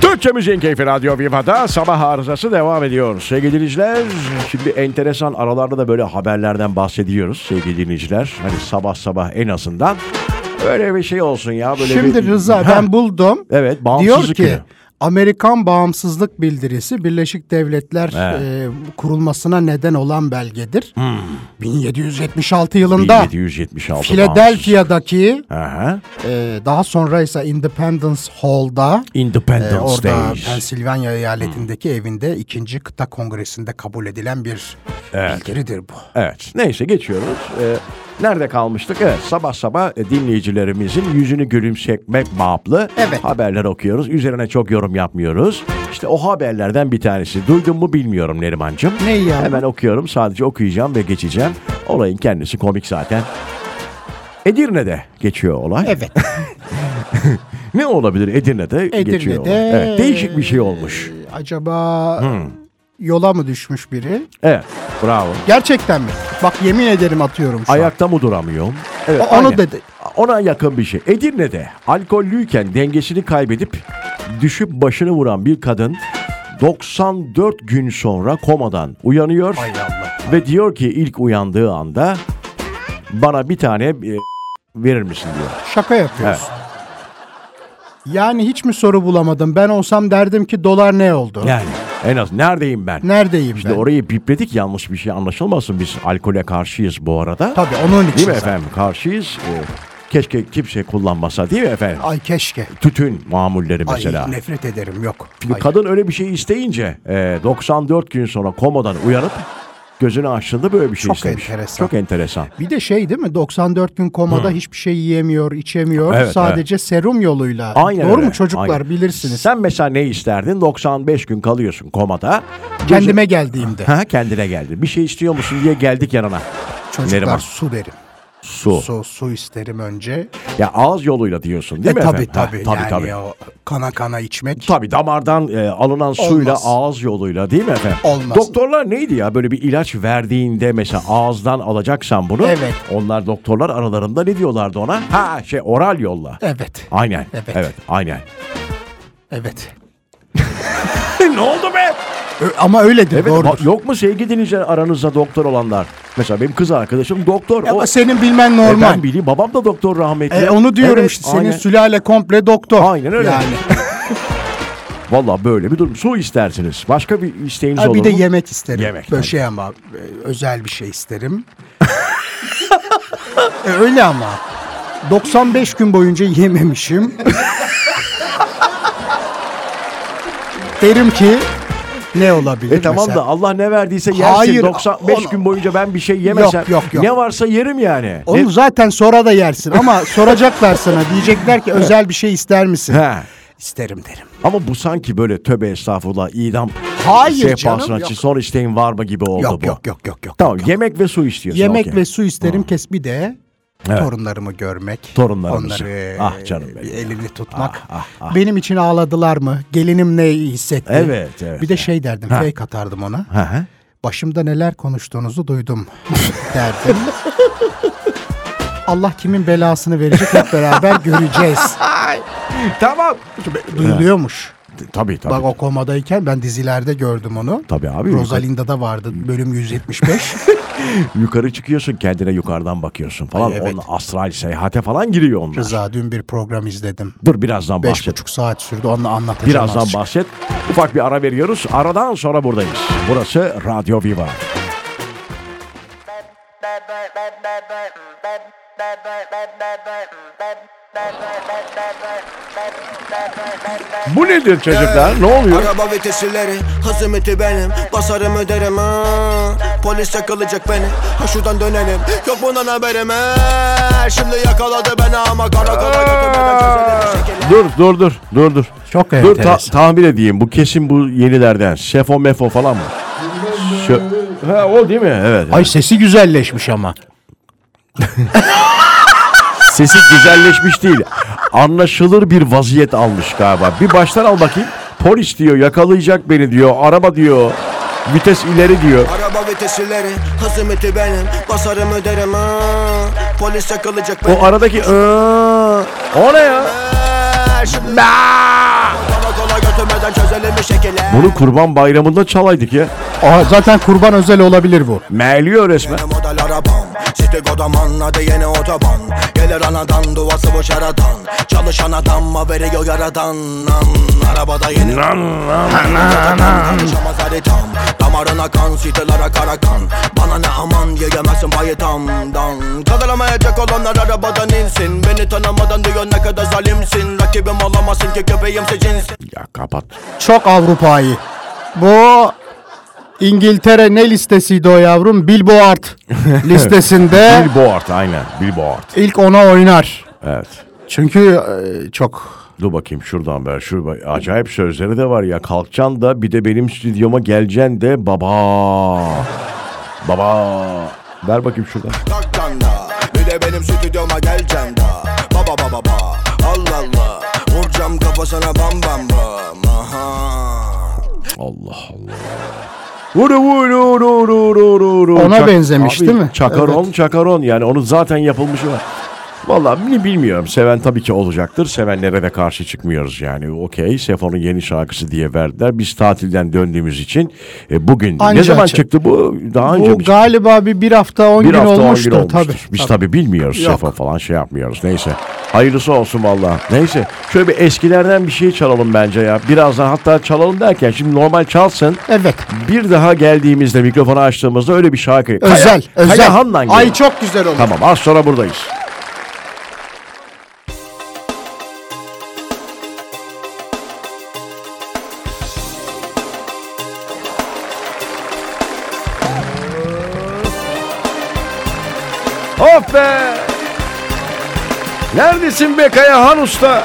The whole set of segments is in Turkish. Türkçe Müziğin Keyfi Radyo Viva'da sabah arızası devam ediyor. Sevgili dinleyiciler, şimdi enteresan aralarda da böyle haberlerden bahsediyoruz sevgili dinleyiciler. Hani sabah sabah en azından böyle bir şey olsun ya. Böyle bir... Şimdi Rıza ben buldum. Evet, Diyor bağımsızlık ki günü. Amerikan bağımsızlık bildirisi Birleşik Devletler e, kurulmasına neden olan belgedir. Hmm. 1776 yılında 1776 Philadelphia'daki bağımsız. Aha. e, daha sonra ise Independence Hall'da e, Independence Hmm. orada Days. Pensilvanya eyaletindeki evinde ikinci kıta kongresinde kabul edilen bir bildiridir bu. Evet. Neyse geçiyoruz. Ee, nerede kalmıştık? Evet, sabah sabah e, dinleyicilerimizin yüzünü gülümsetmek bağlı Evet. haberler okuyoruz. Üzerine çok yorum yapmıyoruz. İşte o haberlerden bir tanesi. Duydun mu bilmiyorum Nerimancığım. Ne ya? Hemen okuyorum. Sadece okuyacağım ve geçeceğim. Olayın kendisi komik zaten. Edirne'de geçiyor olay. Evet. Ne olabilir Edirne'de, geçiyor olay. Edirne'de- e, Evet, değişik bir şey olmuş. Hmm. Acaba yola mı düşmüş biri? Evet. Bravo. Gerçekten mi? Bak yemin ederim atıyorum şu an. Ayakta mı duramıyorum? Evet, O- onu aynen. dedi. Ona yakın bir şey. Edirne'de alkollüyken dengesini kaybedip düşüp başını vuran bir kadın 94 gün sonra komadan uyanıyor Hay Allah. ve diyor ki ilk uyandığı anda bana bir tane e, verir misin diyor. Şaka yapıyorsun. Yani hiç mi soru bulamadım? Ben olsam derdim ki dolar ne oldu? Yani en az neredeyim ben? Neredeyim İşte ben? orayı bipledik yanlış bir şey anlaşılmasın biz alkole karşıyız bu arada. Tabii onun için. Değil mi zaten. efendim? Karşıyız. E, keşke kimse kullanmasa değil mi efendim? Ay keşke. Tütün mamulleri mesela. Ay nefret ederim yok. Çünkü Ay. kadın öyle bir şey isteyince e, 94 gün sonra komadan uyanıp gözünü açtığında böyle bir şey Çok istemiş. enteresan. Çok enteresan. Bir de şey değil mi? 94 gün komada hiçbir şey yiyemiyor, içemiyor. Evet, Sadece serum yoluyla. Aynen Doğru öyle. mu çocuklar? Aynen. Bilirsiniz. Sen mesela ne isterdin? 95 gün kalıyorsun komada. Gözün- Kendime geldiğimde. Ha, kendine geldin. Bir şey istiyor musun diye geldik yanına. Çocuklar Neriman. su derim. Su. Su, su isterim önce. Ya ağız yoluyla diyorsun değil e, mi tabii efendim? Ha, tabii. tabii yani tabii. o kana kana içmek. Tabii damardan e, alınan suyla ağız yoluyla değil mi efendim? Olmaz. Doktorlar neydi ya böyle bir ilaç verdiğinde mesela ağızdan alacaksan bunu. Evet. Onlar doktorlar aralarında ne diyorlardı ona? Ha şey oral yolla. Evet. Aynen. Evet. Evet. aynen. Evet. ne oldu be? Ö- ama öyledir Evet, doğrudur. bak yok mu sevgili dinleyiciler aranızda doktor olanlar? Mesela benim kız arkadaşım doktor. Ama o, senin bilmen E, normal. ben bileyim babam da doktor rahmetli. E, onu diyorum Evet, işte. Senin aynen. sülale komple doktor. Aynen öyle. Yani. Valla böyle bir durum. Su istersiniz. Başka bir isteğiniz Ha, olur bir de mu? yemek isterim. Yemek, Böyle şey ama e, özel bir şey isterim. E, öyle ama. 95 gün boyunca yememişim. Derim ki ne olabilir E tamam mesela? da Allah ne verdiyse yersin. Hayır, 95 onu- gün boyunca ben bir şey yemesem. Yok, yok, yok. Ne varsa yerim yani. Onu Ne- zaten sonra da yersin ama soracaklar sana. Diyecekler ki özel bir şey ister misin? He. İsterim derim. Ama bu sanki böyle tövbe estağfurullah idam Hayır canım, sehpasına yok. için son isteğin var mı gibi oldu Yok bu. yok yok yok yok. Tamam yemek ve su istiyorsun. Yemek okey. ve su isterim kes bir de torunlarımı görmek. Torunlarımızı. Onları Ah canım benim. bir elini tutmak. ah, Benim için ağladılar mı? Gelinim ne iyi hissetti? Evet, evet. Bir de şey derdim, fake atardım ona. Hı hı. Başımda neler konuştuğunuzu duydum derdim. Allah kimin belasını verecek hep beraber göreceğiz. Tamam. Duyuluyormuş. Tabii tabii. Bak o komadayken ben dizilerde gördüm onu. Tabii abi. Rosalinda'da vardı bölüm 175. Yukarı çıkıyorsun kendine yukarıdan bakıyorsun falan. Ay, evet. Onun astral seyahate falan giriyor onlar. Rıza dün bir program izledim. Dur birazdan Beş bahset. buçuk saat sürdü. Onu anlatacağım. Birazdan azıcık. bahset. Ufak bir ara veriyoruz. Aradan sonra buradayız. Burası Radyo Viva. Bu nedir çocuklar? Ne oluyor? Araba vitesileri hazımeti benim Basarım öderim ha Polis yakalayacak beni Ha şuradan dönelim Yok bundan haberim ha Şimdi yakaladı beni ama Karakola götürmeden çözelim şekilde Dur dur dur dur dur. Çok Dur ta- enteresan. tahmin edeyim bu kesin bu yenilerden. Sefo mefo falan mı? Şö- ha o değil mi? Evet. Ay sesi güzelleşmiş ama. Sesi güzelleşmiş değil. Anlaşılır bir vaziyet almış galiba. Bir baştan al bakayım. Polis diyor yakalayacak beni diyor. Araba diyor. Vites ileri diyor. Araba vitesileri hazımeti benim Basarım öderim ha Polis yakalayacak beni O aradaki "Aa", o ne ya? Ha, Şimdi Aa! karakola götürmeden Çözemeden çözelim bir şekilde Bunu kurban bayramında çalaydık ya. Aa, zaten kurban özel olabilir bu. Merliyor resmen. Yeni model arabam City Godaman adı yeni otoban Gelir anadan duası bu şaradan Çalışan adam haberi veriyor yaradan Nan, Arabada yeni Lan lan. Tanışamaz haritam Damarına kan sitelere kara kan Bana ne aman yiyemezsin payı tamdan Kaldıramayacak olanlar arabadan insin Beni tanımadan diyor ne kadar zalimsin Rakibim olamazsın ki köpeğimse cinsin Ya kapat. Çok Avrupa'yı. Bu İngiltere ne listesiydi o yavrum? Billboard listesinde Billboard aynen. Billboard. ilk ona oynar. Evet. Çünkü e, çok Dur bakayım şuradan ver. Şurada acayip sözleri de var ya. Kalkacaksın da bir de benim stüdyoma geleceksin de baba. Baba. Ver bakayım şuradan. Taktan da Bir de benim stüdyoma gelcen da Baba baba ba Allah Allah Vuracağım kafasına bam bam bam Aha Allah Allah. Vuru vuru vuru vuru vuru. Ona benzemiş, değil mi? Çakaron çakaron yani onun zaten yapılmışı var. Vallahi ne bilmiyorum. Seven tabii ki olacaktır. Sevenlere de karşı çıkmıyoruz yani. Okey. Sefon'un yeni şarkısı diye verdiler. Biz tatilden döndüğümüz için e, bugün ne Anca zaman açı- çıktı bu? Daha önce şey Bu mi çıktı? galiba bir bir hafta 10 Bir gün hafta on olmuştur. gün olmuştur. Tabii. Biz tabii. tabii bilmiyoruz Yok. Sefo falan şey yapmıyoruz. Neyse. Hayırlısı olsun valla. Neyse. Şöyle bir eskilerden bir şey çalalım bence ya. Birazdan hatta çalalım derken şimdi normal çalsın. Evet. Bir daha geldiğimizde mikrofonu açtığımızda öyle bir şarkı. Özel. Kaya, özel. Kaya Han'la Ay geliyor. çok güzel oldu. Tamam az sonra buradayız. Of be! Neredesin be Kaya Han Usta?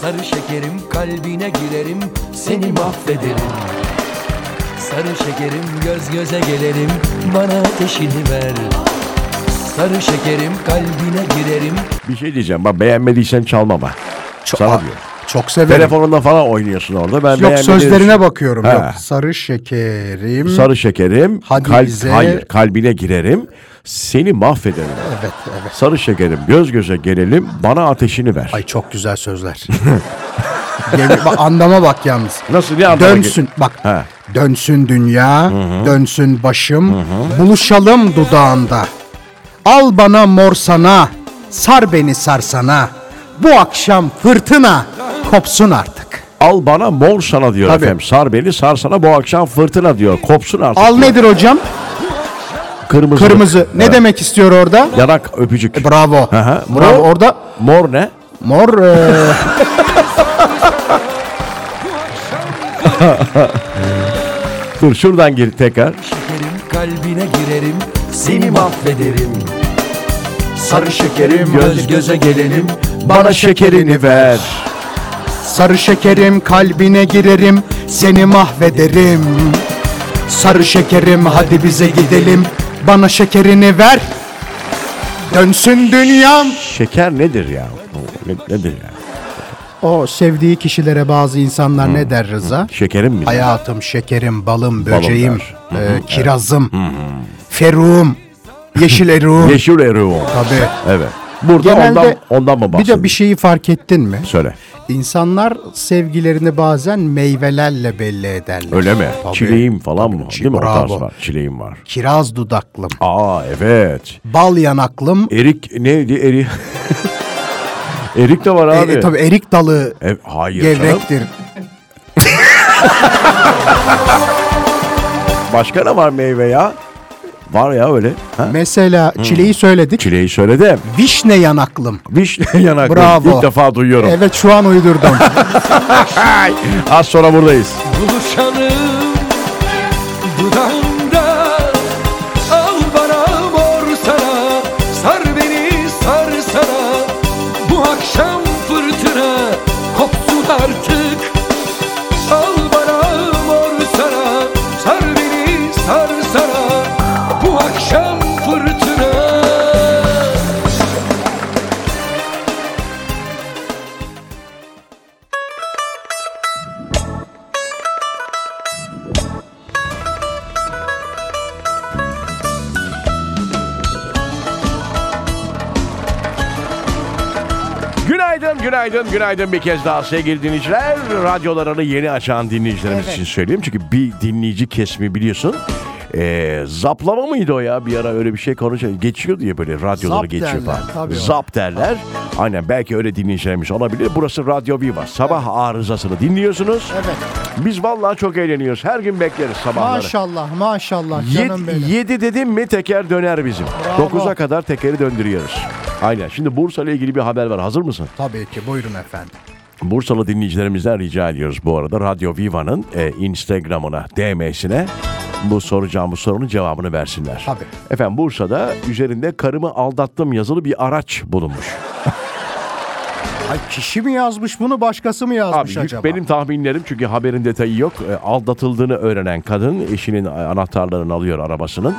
Sarı şekerim kalbine girerim seni mahvederim Sarı şekerim göz göze gelelim bana ateşini ver Sarı şekerim kalbine girerim Bir şey diyeceğim bak beğenmediysen çalma bak. Çok, Sana Aa, diyorum. çok severim. Telefonunda falan oynuyorsun orada. Ben Yok beğenmediğim- sözlerine bakıyorum. He. Yok. Sarı şekerim. Sarı şekerim, Hadi kalp, bize- hayır kalbine girerim, seni mahvederim. Evet evet. Sarı şekerim göz göze gelelim, bana ateşini ver. Ay çok güzel sözler. Yeni- bak, andama bak yalnız. Nasıl ne anlama Dönsün bak. He. Dönsün dünya, dönsün başım, buluşalım dudağında. Al bana mor sana, sar beni sarsana. Bu akşam fırtına kopsun artık. Al bana mor sana diyor Tabii. efendim. Sar beni sar sana bu akşam fırtına diyor. Kopsun artık. Al diyor. nedir hocam? Kırmızı. Kırmızı. Ne Evet. demek istiyor orada? Yanak öpücük. E, bravo. Hı hı. Mor- Bravo orada. Mor ne? Mor e, Dur şuradan gir tekrar. Şekerim kalbine girerim seni mahvederim Sarı şekerim göz göze gelelim Bana şekerini ver. sarı şekerim kalbine girerim, seni mahvederim. Sarı şekerim hadi bize gidelim. Bana şekerini ver. Dönsün dünyam. Şeker nedir ya? O ne- nedir ya? O sevdiği kişilere bazı insanlar ne der Rıza? Şekerim mi? Hayatım, şekerim, balım, böceğim, der. e, kirazım, feruğum, yeşil eruğum. Yeşil eriyor. Tabii. Evet. Burada ondan, ondan mı bir bahsediyorsun? de bir şeyi fark ettin mi? Söyle. İnsanlar sevgilerini bazen meyvelerle belli ederler. Öyle mi? Tabii. Çileğim falan mı? Çi- Değil mi? O tarz bravo. var. Çileğim var. Kiraz dudaklım, Aa evet. bal yanaklım, Erik neydi? Eri. Erik de var e, abi. e, tabii erik dalı E, hayır canım. gevrektir. Başka ne var meyve ya? Var ya öyle. Ha? Hmm. Mesela çileği söyledik. Çileği söyledim. Vişne yanaklım. Vişne yanaklı. Bravo. İlk defa duyuyorum. Evet şu an uydurdum. Az sonra buradayız. Buluşalım dudağında Al bana mor sana Sar beni sar sana Bu akşam fırtına Kopsun artık Al bana mor sana Sar beni sar sana Bu akşam fırtına Günaydın, günaydın, günaydın bir kez daha sevgili dinleyiciler. Radyolarını yeni açan dinleyicilerimiz Evet. için söyleyeyim. Çünkü bir dinleyici kesimi biliyorsun. Ee, zaplama mıydı o ya? Bir ara öyle bir şey konuşuyor. Geçiyor diye böyle radyoları Zap geçiyor derler, falan. tabii o. Zap derler. Aynen belki öyle dinleyicilerimiz olabilir. Burası Radyo Viva. Sabah arızasını dinliyorsunuz. Evet. Biz vallahi çok eğleniyoruz. Her gün bekleriz sabahları. Maşallah maşallah canım benim. 7, dedim mi teker döner bizim. Bravo. 9'a kadar tekeri döndürüyoruz. Aynen. Şimdi Bursa ile ilgili bir haber var. Hazır mısın? Tabii ki buyurun efendim. Bursalı dinleyicilerimizden rica ediyoruz bu arada. Radyo Viva'nın e, Instagram'ına, DM'sine bu soracağımız sorunun cevabını versinler. Tabii. Efendim Bursa'da üzerinde karımı aldattım yazılı bir araç bulunmuş. Ay kişi mi yazmış bunu başkası mı Abi yazmış yük- şey acaba? benim tahminlerim çünkü haberin detayı yok. E, aldatıldığını öğrenen kadın eşinin e, anahtarlarını alıyor arabasının.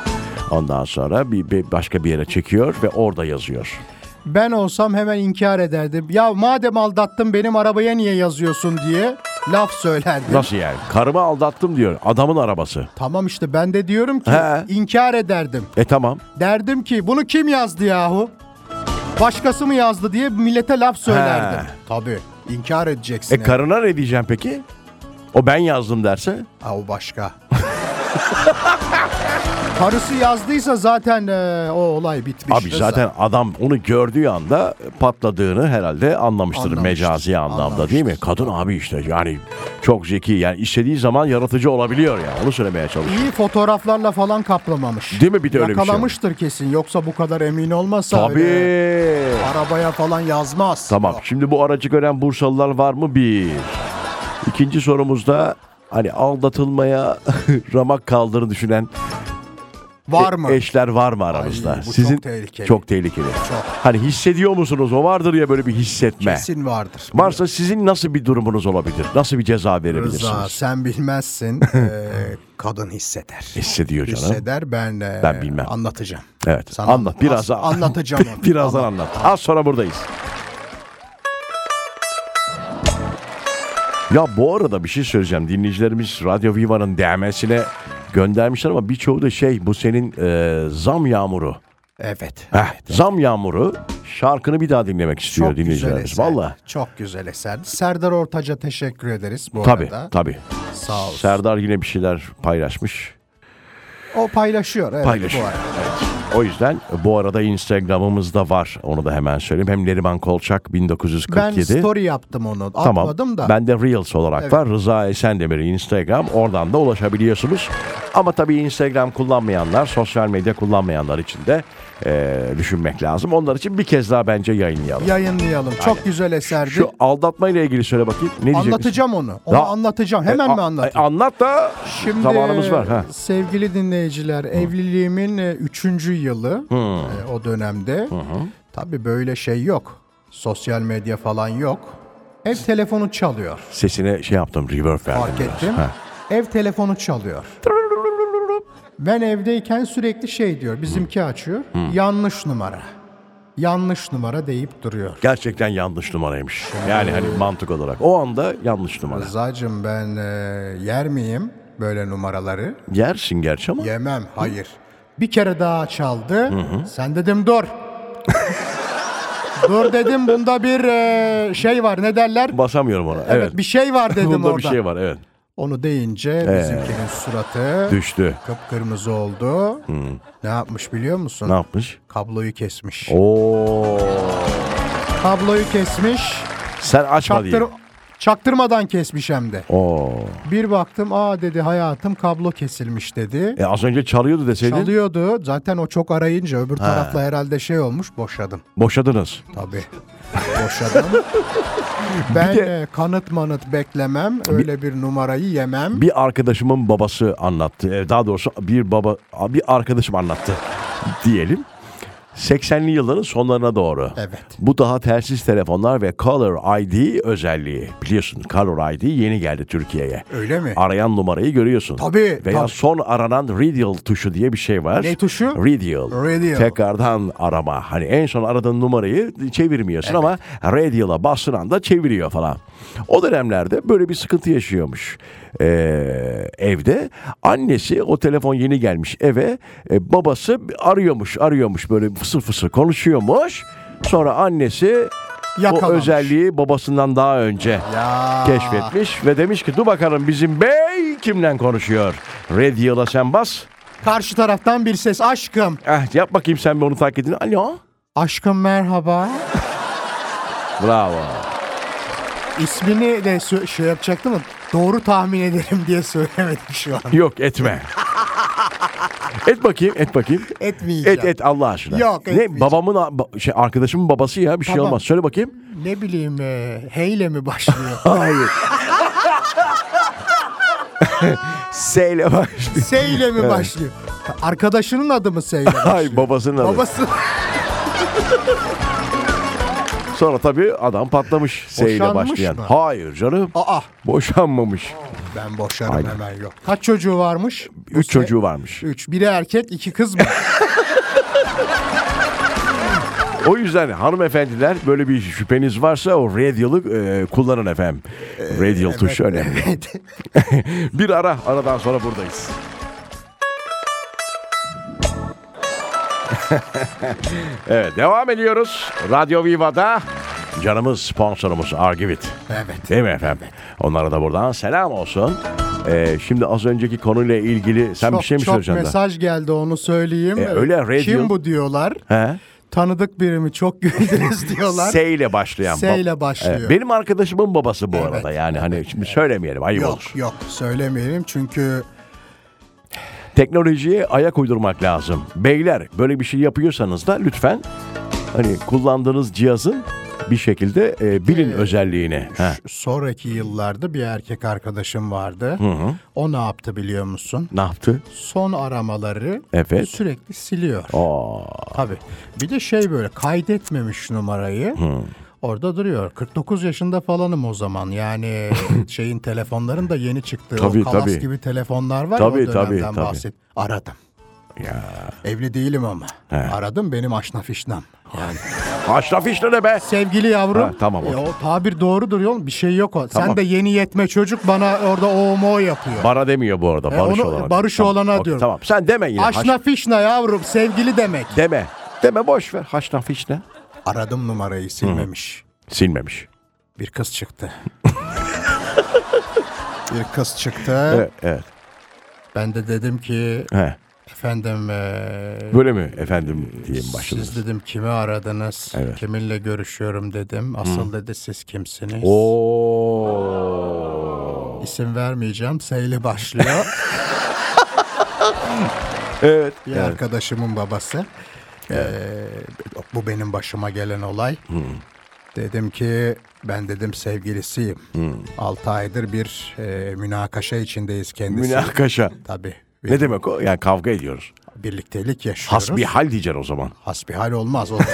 Ondan sonra bir, bir başka bir yere çekiyor ve orada yazıyor. Ben olsam hemen inkar ederdim. Ya madem aldattın benim arabaya niye yazıyorsun diye laf söylerdim. Nasıl yani? Karımı aldattım diyor. Adamın arabası. Tamam işte ben de diyorum ki He. inkar ederdim. E tamam. Derdim ki bunu kim yazdı yahu? Başkası mı yazdı diye millete laf söylerdim. He. Tabii inkar edeceksin. E karına ne diyeceğim peki? O ben yazdım derse? Ha, o başka. Karısı yazdıysa zaten e, o olay bitmiş. Abi zaten adam onu gördüğü anda patladığını herhalde anlamıştır Anlamıştır, mecazi anlamda değil mi? Kadın abi işte yani çok zeki yani istediği zaman yaratıcı olabiliyor yani onu söylemeye çalışıyor. İyi fotoğraflarla falan kaplamamış. Değil mi? Bir de öyle bir şey var. Yakalamıştır kesin. Yoksa bu kadar emin olmasa Tabii. öyle arabaya falan yazmaz. Tamam şimdi bu aracı gören Bursalılar var mı? Bir. İkinci sorumuzda hani aldatılmaya ramak kaldığını düşünen Var mı? E- Eşler var mı aramızda? Ay, bu çok tehlikeli. Çok tehlikeli. Hani hissediyor musunuz? O vardır ya böyle bir hissetme. Kesin vardır. Varsa sizin nasıl bir durumunuz olabilir? Nasıl bir ceza verebilirsiniz? Rıza sen bilmezsin. Ee, kadın hisseder. Hissediyor canım. Hisseder ben, e, Ben bilmem. anlatacağım. Evet. Sana anlat biraz az- anlatacağım onu. Birazdan Tamam. anlat. Az sonra buradayız. Ya bu arada bir şey söyleyeceğim. Dinleyicilerimiz Radyo Viva'nın DM'sine göndermişler ama birçoğu da şey bu senin e, zam yağmuru. Evet. Heh, Zam yağmuru şarkını bir daha dinlemek istiyor Çok güzel dinleyicilerimiz. eser. Valla. Çok güzel eser. Serdar Ortaç'a teşekkür ederiz bu Tabii arada. tabii. Sağ olsun. Serdar yine bir şeyler paylaşmış. O paylaşıyor. Evet, Paylaşıyor. Bu arada. O yüzden bu arada Instagram'ımız da var. Onu da hemen söyleyeyim. Hem Neriman Kolçak Ben 1947. story yaptım onu. tamam. Atmadım da. Ben de Reels olarak Evet. var. Rıza Esendemir'i Instagram. Oradan da ulaşabiliyorsunuz. Ama tabii Instagram kullanmayanlar, sosyal medya kullanmayanlar için de eee, düşünmek lazım. Onlar için bir kez daha bence yayınlayalım. Yayınlayalım. Çok güzel eserdi. Şu aldatmayla ilgili söyle bakayım. Ne diyecek anlatacağım onu. Onu Ya- E, anlatacağım. Hemen mi anlatayım? Anlat da Şimdi zamanımız var. Ha. sevgili dinleyiciler evliliğimin e, üçüncü yılı e, o dönemde. Tabii böyle şey yok. Sosyal medya falan yok. Ev telefonu çalıyor. Sesine şey yaptım, reverb verdim. Fark biraz. ettim. Ha. Ev telefonu çalıyor. Ben evdeyken sürekli şey diyor. Bizimki açıyor. Yanlış numara. Yanlış numara deyip duruyor. Gerçekten yanlış numaraymış. Yani hani mantık olarak. O anda yanlış numara. Rıza'cığım ben e, yer miyim böyle numaraları? Yersin gerçi ama. Yemem, hayır. Bir kere daha çaldı. Sen dedim dur. dur dedim bunda bir e, şey var ne derler? Basamıyorum ona. Evet. Bir şey var dedim Bunda orada. bir şey var evet. Onu deyince bizimkinin suratı Düştü. kıpkırmızı oldu. Ne yapmış biliyor musun? Ne yapmış? Oh. Kabloyu kesmiş. Oo. Kabloyu kesmiş. Sen açma diye. Çaktır, çaktırmadan kesmiş hem de. Oo. Bir baktım aa dedi hayatım kablo kesilmiş dedi. E az önce çalıyordu deseydin Çalıyordu. Zaten o çok arayınca öbür tarafla herhalde şey olmuş boşadım. boşadınız. Tabii. Boşadım. ben e, kanıt manıt beklemem. Öyle bir numarayı yemem. Bir arkadaşımın babası anlattı. E, Daha doğrusu bir baba bir arkadaşım anlattı diyelim. 80'li yılların sonlarına doğru. Evet. Bu daha telsiz telefonlar ve Caller ID özelliği. Biliyorsun Caller ID yeni geldi Türkiye'ye. Öyle mi? Arayan numarayı görüyorsun. Tabii, Veya tabii. son aranan radial tuşu diye bir şey var. Ne tuşu? Radial. Radial. Tekrardan arama. Hani en son aradığın numarayı çevirmiyorsun ama radial'a bastığın anda çeviriyor falan. O dönemlerde böyle bir sıkıntı yaşıyormuş ee, evde. Annesi o telefon yeni gelmiş eve. E, babası arıyormuş arıyormuş böyle fısır fısır konuşuyormuş. Sonra annesi bu Yakalamış. özelliği babasından daha önce Ya. keşfetmiş ve demiş ki dur bakalım bizim bey kimden konuşuyor? Radio'la sen bas. Karşı taraftan bir ses aşkım. Eh, yap bakayım sen bir onu taklidini. Alo. Aşkım merhaba. Bravo. İsmini de sö- şey yapacaktım da doğru tahmin ederim diye söylemedim şu an. Yok etme. et bakayım, et bakayım. Etmeyeceğim. Et et Allah aşkına. Yok, etmeyeceğim. ne babamın a- ba- şey arkadaşımın babası ya bir şey Tamam. olmaz. Söyle bakayım. Ne bileyim e, heyle mi başlıyor? Hayır. Seyle başlıyor. Seyle mi başlıyor? Arkadaşının adı mı Seyle başlıyor? Hayır babasının adı. Babası. Sonra tabii adam patlamış seyle Boşanmış başlayan. mı? Hayır canım. Aa Boşanmamış. ben boşarım hemen yok. Kaç çocuğu varmış? Üç çocuğu varmış. Üç. Biri erkek iki kız mı? O yüzden hanımefendiler böyle bir şüpheniz varsa o radyalı e, kullanın efendim. E, Radyal tuşu önemli. bir ara aradan sonra buradayız. evet devam ediyoruz. Radyo Viva'da canımız sponsorumuz Argivit. evet. Değil mi efendim? Onlara da buradan selam olsun. Ee, şimdi az önceki konuyla ilgili sen Çok, bir şey mi çok söyleyeceksin? daha? mesaj geldi onu söyleyeyim. E, öyle radio- Kim bu diyorlar. He? Tanıdık biri mi çok güldünüz diyorlar. S ile başlayan. S bab- ile başlıyor. Evet, benim arkadaşımın babası bu arada. Evet, Yani hani şimdi söylemeyelim ayıp olur. Yok yok söylemeyelim çünkü Teknolojiye ayak uydurmak lazım. Beyler böyle bir şey yapıyorsanız da lütfen hani kullandığınız cihazın bir şekilde e, Ee, bilin özelliğini. Ha, sonraki yıllarda bir erkek arkadaşım vardı. O ne yaptı biliyor musun? ne yaptı? Son aramaları Evet. sürekli siliyor. Tabii. Bir de şey böyle kaydetmemiş numarayı. Orada duruyor. 49 yaşında falanım o zaman. Yani şeyin telefonların da yeni çıktığı Tabii, o kalas tabii. gibi telefonlar var. Tabii, o dönemden tabii, tabii. bahset. Aradım. Ya. Evli değilim ama. Aradım benim aşnaf işnam. Yani. Aşraf işte ne be? Sevgili yavrum. Ha, tamam, E, okey. o tabir doğrudur yol. Bir şey yok o. Tamam. Sen de yeni yetme çocuk bana orada o mo yapıyor. Bana demiyor bu arada. E, Barış onu- olana. Barış Tamam, olana okey, diyorum. Tamam sen deme yine. haş- Aşna fişna yavrum sevgili demek. deme. Deme boş ver. Haşraf işte. Aradım numarayı silmemiş. Silmemiş. Bir kız çıktı. bir kız çıktı. Evet. evet. Ben de dedim ki He. efendim eee, Böyle mi efendim diyeyim başladınız. siz dedim kimi aradınız? Kiminle görüşüyorum dedim. Asıl dedi siz kimsiniz? Oo. İsim vermeyeceğim. Seyli başlıyor. Evet. Bir arkadaşımın babası. Ee, bu benim başıma gelen olay. Dedim ki ben dedim sevgilisiyim. 6 aydır bir e, münakaşa içindeyiz kendisi. Münakaşa. Tabii. Ne demek o? Yani kavga ediyoruz. Birliktelik yaşıyoruz. Hasbihal diyeceksin o zaman. Hasbihal olmaz. O çok,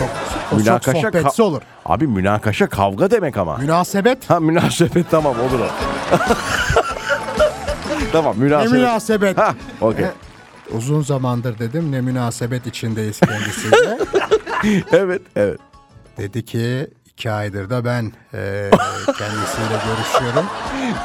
o çok Münakaşa ka- sohbetsi olur. Abi münakaşa kavga demek ama. Münasebet. ha münasebet tamam olur o. tamam Ne münasebet. münasebet. şey- Ha okey. Uzun zamandır dedim ne münasebet içindeyiz kendisiyle. evet evet. Dedi ki iki aydır da ben e, kendisiyle görüşüyorum.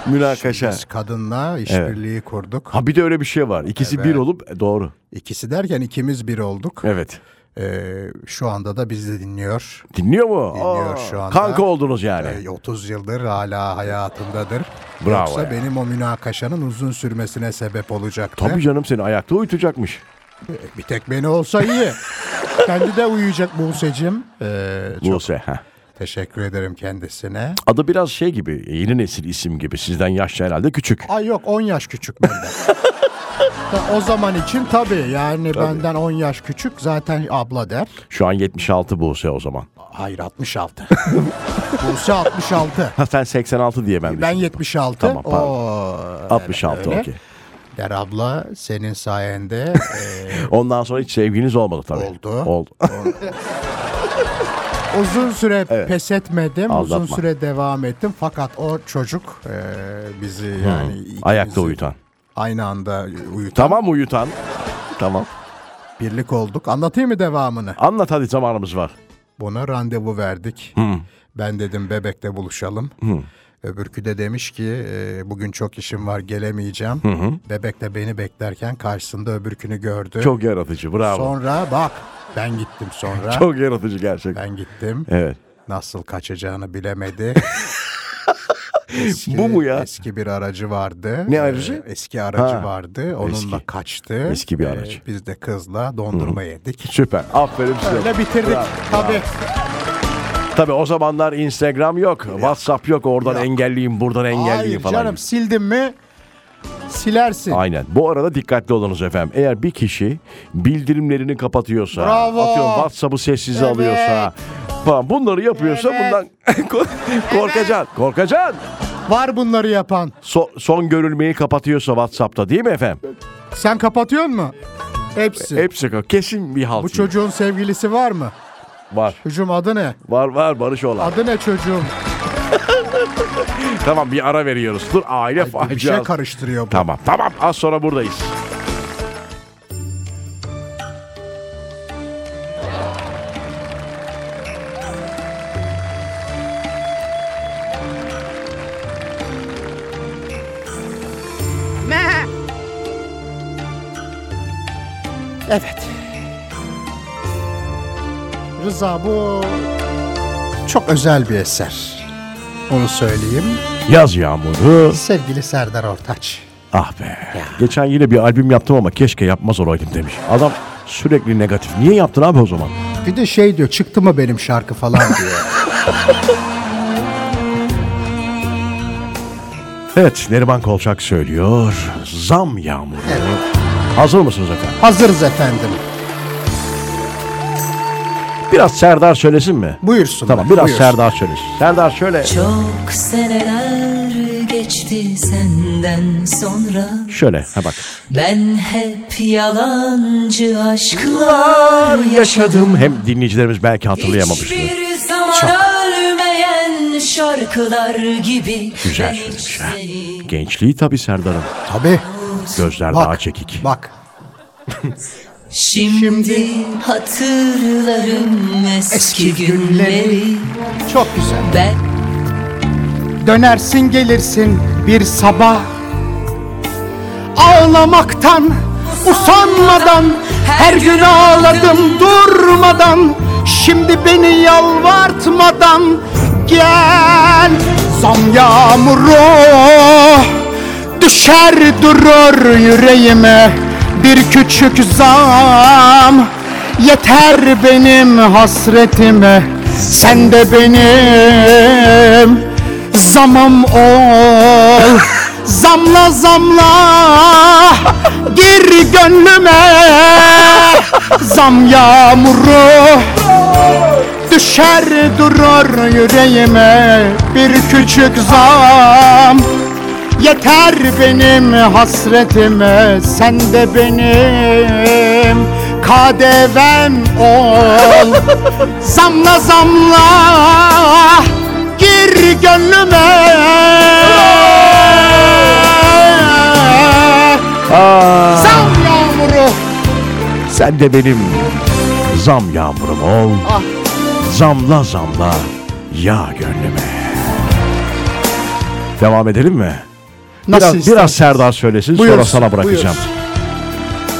Münakaşa. Biz kadınla işbirliği kurduk. Ha bir de öyle bir şey var. İkisi bir olup e, doğru. İkisi derken ikimiz bir olduk. Evet. Ee, şu anda da bizi dinliyor. Dinliyor mu? Dinliyor Aa, şu anda. Kanka oldunuz yani. Ee, 30 yıldır hala hayatındadır. Bravo Yoksa ya. benim o münakaşanın uzun sürmesine sebep olacaktı. Tabii canım seni ayakta uyutacakmış. Bir tek beni olsa iyi. Kendi de uyuyacak Buse'cim. Ee, çok Buse. Ha. teşekkür ederim kendisine. Adı biraz şey gibi yeni nesil isim gibi sizden yaşça herhalde küçük. Ay yok 10 yaş küçük benden. Ta- o zaman için tabii yani benden 10 yaş küçük zaten abla der. Şu an 76 Buse o zaman. Hayır 66. Buse 66. Ha sen 86 diye ben Ben düşündüm. 76. Tamam, pardon. Oo, 66 öyle. okey. Der abla senin sayende e, Ondan sonra hiç sevginiz olmadı tabii. Oldu. Oldu. uzun süre pes etmedim. Uzun Aldatma. süre devam ettim. Fakat o çocuk e, bizi yani ikimizi Hmm. Ayakta uyutan. Aynı anda uyutan. Tamam uyutan. tamam. Birlik olduk. Anlatayım mı devamını? Anlat hadi zamanımız var. Buna randevu verdik. Ben dedim bebekte buluşalım. Öbürkü de demiş ki e, bugün çok işim var gelemeyeceğim. Bebekte beni beklerken karşısında öbürkünü gördü. Çok yaratıcı bravo. Sonra bak ben gittim sonra. Çok yaratıcı gerçekten. Ben gittim. Evet. Nasıl kaçacağını bilemedi. Eski- Bu mu ya? Eski bir aracı vardı. Ne aracı? Ee, Eski aracı Ha. vardı. Onunla Eski. kaçtı. E, Eski bir aracı. biz de kızla dondurma yedik. Süper. Aferin size. Ne bitirdik. Tabii. Tabii o zamanlar Instagram yok, WhatsApp yok. Oradan engelleyeyim, buradan engelleyeyim Hayır falan. canım sildin mi silersin. Aynen. Bu arada dikkatli olunuz efendim. Eğer bir kişi bildirimlerini kapatıyorsa, Bravo. atıyorum WhatsApp'ı sessize Evet. alıyorsa falan bunları yapıyorsa Evet. bundan kork- korkacaksın. Korkacaksın. Var bunları yapan. So- son görülmeyi kapatıyorsa WhatsApp'ta değil mi efendim? Sen kapatıyor mu? Hepsi. Hepsi ko- kesin bir halt. Bu çocuğun sevgilisi var mı? var. Çocuğum adı ne? Var var Barış olan. Adı ne çocuğum? Tamam bir ara veriyoruz. Dur aile Bir şey faciası. karıştırıyor bu. Tamam tamam az sonra buradayız. Evet. Rıza bu çok özel bir eser. Onu söyleyeyim. Yaz yağmuru. Sevgili Serdar Ortaç. Ah be. Geçen yine bir albüm yaptım ama keşke yapmaz olaydım demiş. Adam sürekli negatif. Niye yaptın abi o zaman? Bir de şey diyor çıktı mı benim şarkı falan diyor. Evet Neriman Kolçak söylüyor. Zam yağmuru. Hazır mısınız efendim? Hazırız efendim. Biraz Serdar söylesin mi? Buyursunlar, Tamam biraz buyursunlar. Serdar söylesin. Serdar şöyle. Çok seneler geçti senden sonra Şöyle ha bak. Ben hep yalancı aşklar Yaşadım. Hem dinleyicilerimiz belki hatırlayamamıştır. Hiçbir zaman ölmeyen şarkılar gibi Güzel Ben hiç söylemiş ha. seni Gençliği tabii Serdar'ın. Tabii. Gözler Bak, daha çekik. Bak. Şimdi, hatırlarım eski, Eski günleri günleri. Çok güzel. Ben Dönersin gelirsin bir sabah Ağlamaktan usanmadan Her gün ağladım durmadan Şimdi beni yalvartmadan Gel zam yağmuru Düşer durur yüreğime Bir küçük zam Yeter benim hasretime Sen de benim Zamım ol Zamla zamla Gir gönlüme Zam yağmuru Düşer durur yüreğime Bir küçük zam Yeter benim hasretime Sen de benim KDV'm ol Zamla zamla Gir gönlüme Aa, Zam yağmuru sen de benim zam yağmurum ol. Ah. Zamla zamla yağ gönlüme. Devam edelim mi? Biraz, Nasıl biraz istersen. Serdar söylesin sonra Buyursun, sana bırakacağım. buyursun.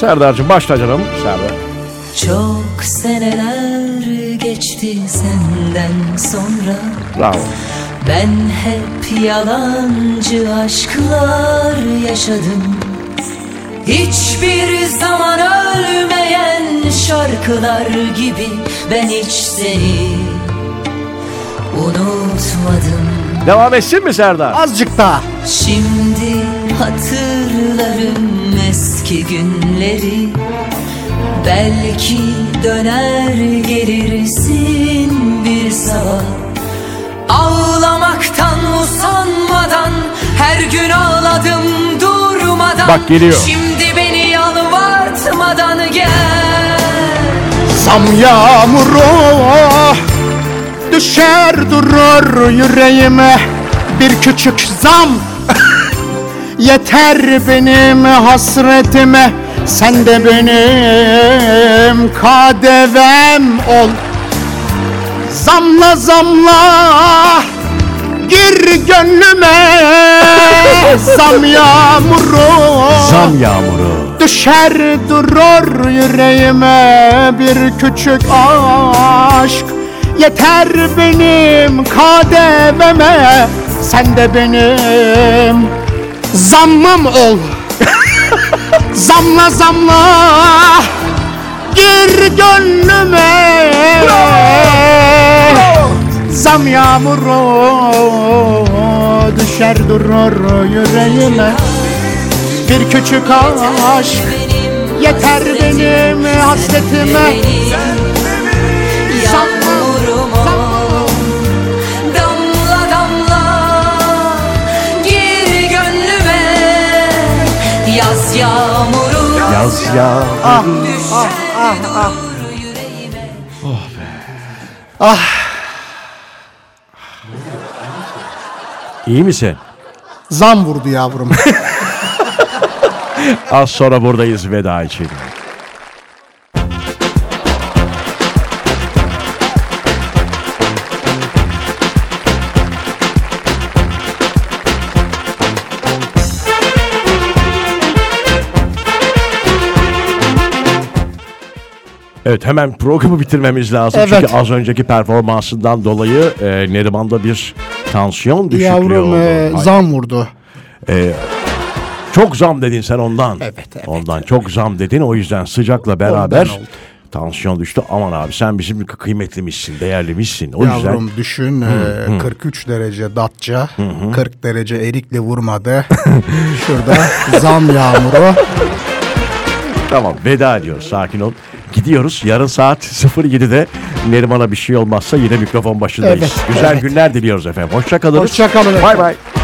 Serdar'cığım başla canım. Serdar. çok seneler geçti senden sonra Bravo. Ben hep yalancı aşklar yaşadım Hiçbir zaman ölmeyen şarkılar gibi Ben hiç seni unutmadım Devam etsin mi Serdar? Azıcık daha Şimdi hatırlarım eski günleri Belki döner gelirsin bir sabah Ağlamaktan usanmadan Her gün ağladım durmadan Bak geliyor. Şimdi beni yalvartmadan gel Zam yağmuru Düşer durur yüreğime Bir küçük zam Yeter benim hasretime Sen de benim KDV'm ol Zamla zamla Gir gönlüme Zam yağmuru Zam yağmuru. Düşer durur yüreğime bir küçük aşk Yeter benim kadememe Sen de benim zammım ol Zamla zamla Gir gönlüme Zam yağmuru Düşer durur yüreğime Bir küçük aşk benim Yeter benim hasretime Yağmurum ol Damla damla Gir gönlüme Yaz yağmuru Yaz Ah, ya. Düşer durur yüreğime Oh Ah. İyi misin? Zam vurdu yavrum Az sonra buradayız veda için. Evet hemen programı bitirmemiz lazım. Evet. Çünkü az önceki performansından dolayı e, Neriman'da bir tansiyon düşüklüğü Yavrum oldu. e, Ay, zam vurdu çok zam dedin sen ondan. Evet, evet. Ondan çok zam dedin o yüzden sıcakla beraber oldu. tansiyon düştü. Aman abi sen bizim kıymetlimişsin, değerlimişsin. O Yavrum yüzden düşün e, 43 derece datça 40 derece erikle vurmadı Şurada zam yağmuru tamam veda ediyoruz sakin ol. Gidiyoruz yarın saat 07'de Neriman'a bir şey olmazsa yine mikrofon başındayız. Evet, Güzel evet. günler diliyoruz efendim. Hoşça kalın. Hoşça kalın Bay efendim. bay.